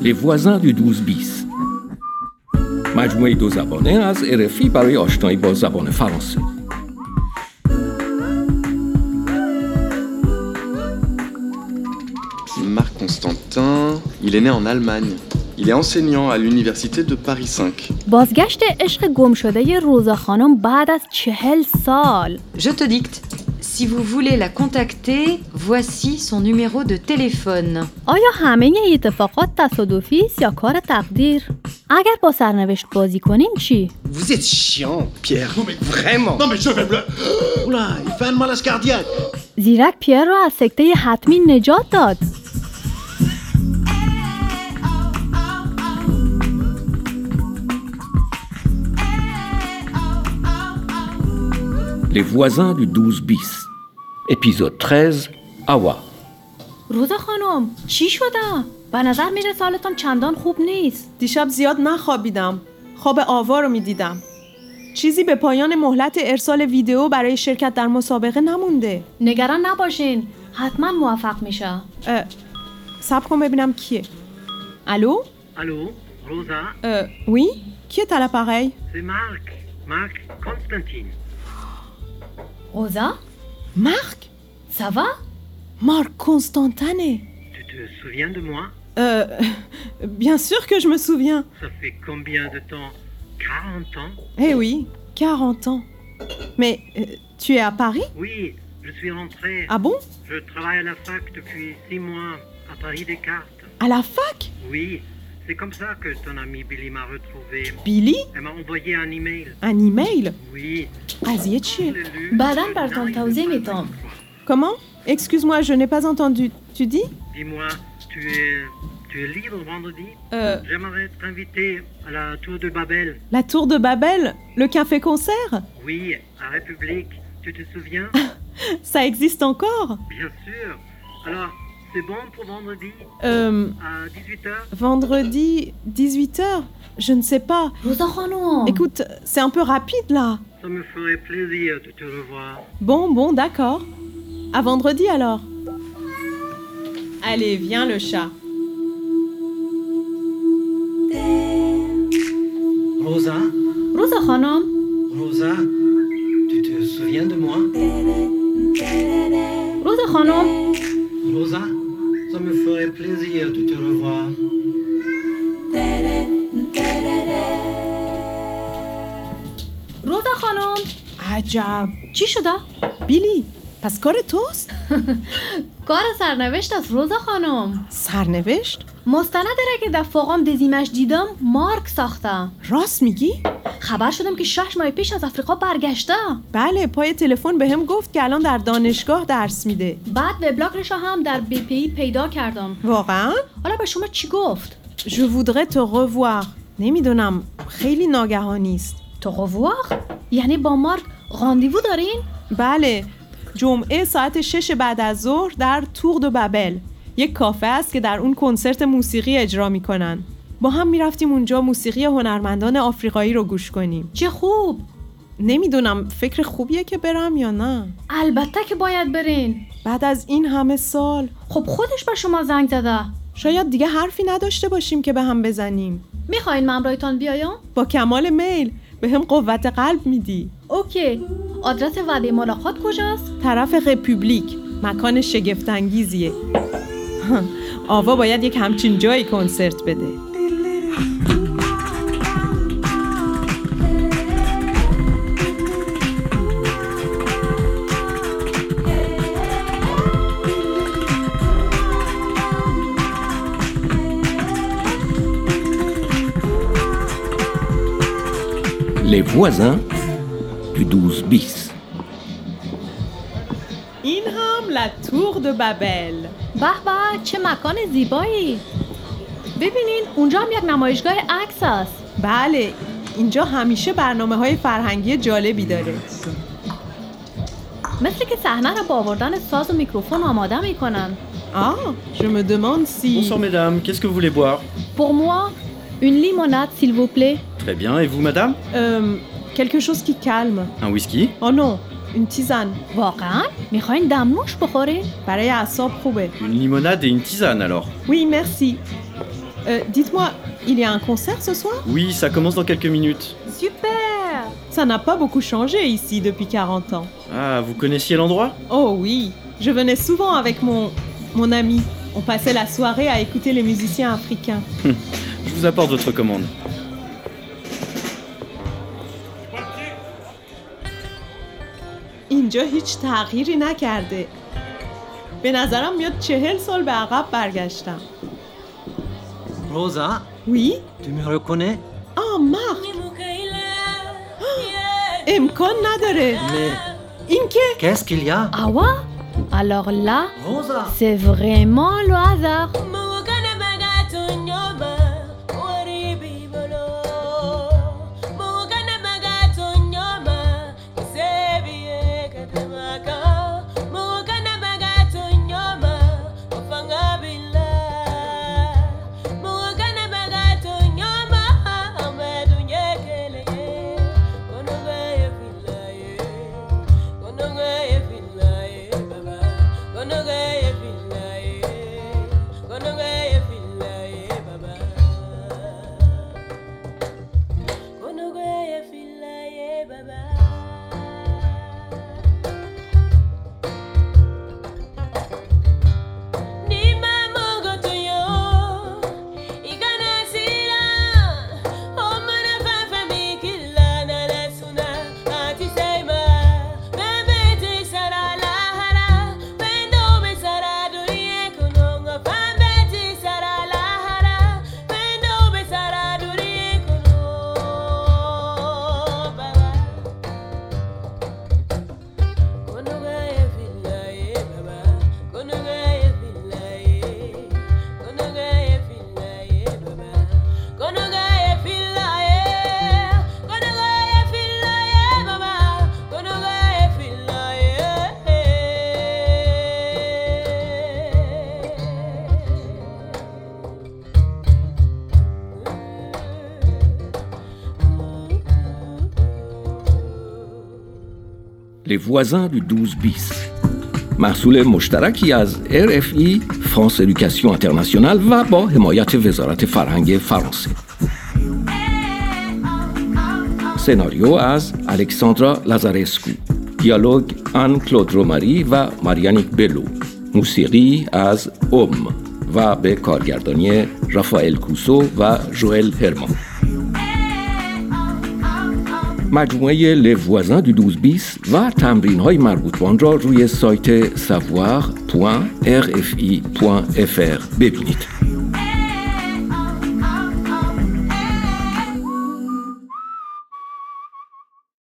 Les voisins du 12 بیست مجموعه دو زبانه از RFI برای آشنایی با زبان فرانسه Marc Constantin, il est né en Allemagne. Il est enseignant à l'université de Paris 5. بازگشت عشق گم شده روزا خانم بعد از چهل سال Je te dicte. Si vous voulez la contacter, voici son numéro de téléphone. آیا همه این اتفاقات تصادفی است یا کار تقدیر اگر با سرنوشت بازی کنیم چی Vous êtes chiant, Pierre. Non, mais- Vraiment. Non mais je vais me... Oula, il fait un malaise cardiaque. زیرک پیر را از سکته حتمی نجات داد Les voisins du 12 bis. Épisode 13. Awa. روزا خانم چی شدم به نظر میره سالتان چندان خوب نیست دیشب زیاد نخوابیدم خواب آوا رو میدیدم چیزی به پایان مهلت ارسال ویدیو برای شرکت در مسابقه نمونده نگران نباشین حتما موفق میشه اه، صبر کن ببینم کیه الو Allô, Rosa, اه، وی کیه تلپقی c'est Marc. Marc Constantine. روزا مرک سوا مارک کنستانتنه Tu te souviens de moi Bien sûr que je me souviens. Ça fait combien de temps 40 ans Eh oui, 40 ans. Mais euh, tu es à Paris Oui, je suis rentré. Ah bon Je travaille à la fac depuis 6 mois, à Paris Descartes. À la fac Oui, c'est comme ça que ton ami Billy m'a retrouvé. Billy Elle m'a envoyé un email. Un email Oui, قضیه je چیه l'ai lu. بعدا Je براتون n'arrive توضیح pas à میدم. comprendre. Comment Excuse-moi, je n'ai pas entendu. Tu dis Dis-moi, tu es, tu es libre vendredi Euh, J'aimerais être invité à la tour de Babel. la tour de Babel Le café-concert Oui, à République. Tu te souviens Ça existe encore Bien sûr. Alors, c'est bon pour vendredi Euh, à 18h Vendredi 18h Je ne sais pas. روزا خانم Écoute, c'est un peu rapide là. Ça me ferait plaisir de te revoir. Bon, bon, d'accord. À vendredi alors. Allez, viens le chat. Rosa, روزا خانم Rosa, tu te souviens de moi روزا خانم Rosa, ça me ferait plaisir de te revoir. روزا خانم عجب چی شده بیلی پس کار توست؟ کار سرنوشت از روزا خانم سرنوشت؟ مستند را که در فوقام دزیمش دیدم مارک ساخته راست میگی؟ خبر شدم که شش ماه پیش از آفریقا برگشته بله پای تلفن بهم گفت که الان در دانشگاه درس میده بعد وبلاگش را هم در بی پی پیدا کردم واقعا؟ حالا به شما چی گفت Je voudrais te revoir نمیدونم خیلی ناگهانی است تو قواخ یعنی با مارک راندیوو دارین بله جمعه ساعت 6 بعد از ظهر در تور دو بابل یک کافه است که در اون کنسرت موسیقی اجرا میکنن با هم میرفتیم اونجا موسیقی هنرمندان آفریقایی رو گوش کنیم چه خوب نمیدونم فکر خوبیه که برم یا نه البته که باید برین بعد از این همه سال خب خودش به شما زنگ زده شاید دیگه حرفی نداشته باشیم که به هم بزنیم میخواین من همراهتان بیایم با کمال میل به هم قوت قلب میدی اوکی آدرس وعده ملاقات کجاست طرف رپوبلیک مکان شگفتانگیزیه آوا باید یک همچین جایی کنسرت بده Les voisins du 12 bis. این هم لطور دو بابل به به چه مکان زیبایی ببینین اونجا هم یک نمایشگاه عکس است بله اینجا همیشه برنامه های فرهنگی جالبی داره مثل که صحنه را با آوردن ساز و میکروفون آماده میکنن آه je me demande si Bonsoir mesdames, qu'est-ce que vous voulez boire Pour moi, une limonade, s'il vous plaît. Très bien, et vous madame Euh, quelque chose qui calme Un whisky آه non une tisane واقعا میخواین دمنوش بخوری؟ برای اعصاب خوبه Une limonade et une tisane alors oui merci Euh, Dites-moi, il y a un concert ce soir Oui, ça commence dans quelques minutes. Super Ça n'a pas beaucoup changé ici depuis 40 ans. Ah, vous connaissiez l'endroit Oh oui, je venais souvent avec mon, mon ami. On passait la soirée à écouter les musiciens africains. Je vous apporte votre commande. اینجا هیچ تغییری نکرده. به نظرم میاد چهل سال به عقب برگشتم. Rosa, Oui Ah, tu me reconnais آه مخ امکان نداره Mais این که qu'est-ce qu'il y a Ah ouais Alors là, Rosa c'est vraiment le hasard. eh, eh, Les voisins du 12 bis. مسئول مشترکی از RFI فرانس Education International و با حمایت وزارت فرهنگ فرانسه سناریو از الکساندرا لازارسکو دیالوگ آن کلود روماری و ماریانی بلو موسیقی از اوم و به کارگردانی رافائل کوسو و جوئل هرمان مجموعه لوازن دو دوز بیس و تمرین های مربوطان را روی سایت savoir.rfi.fr ببینید.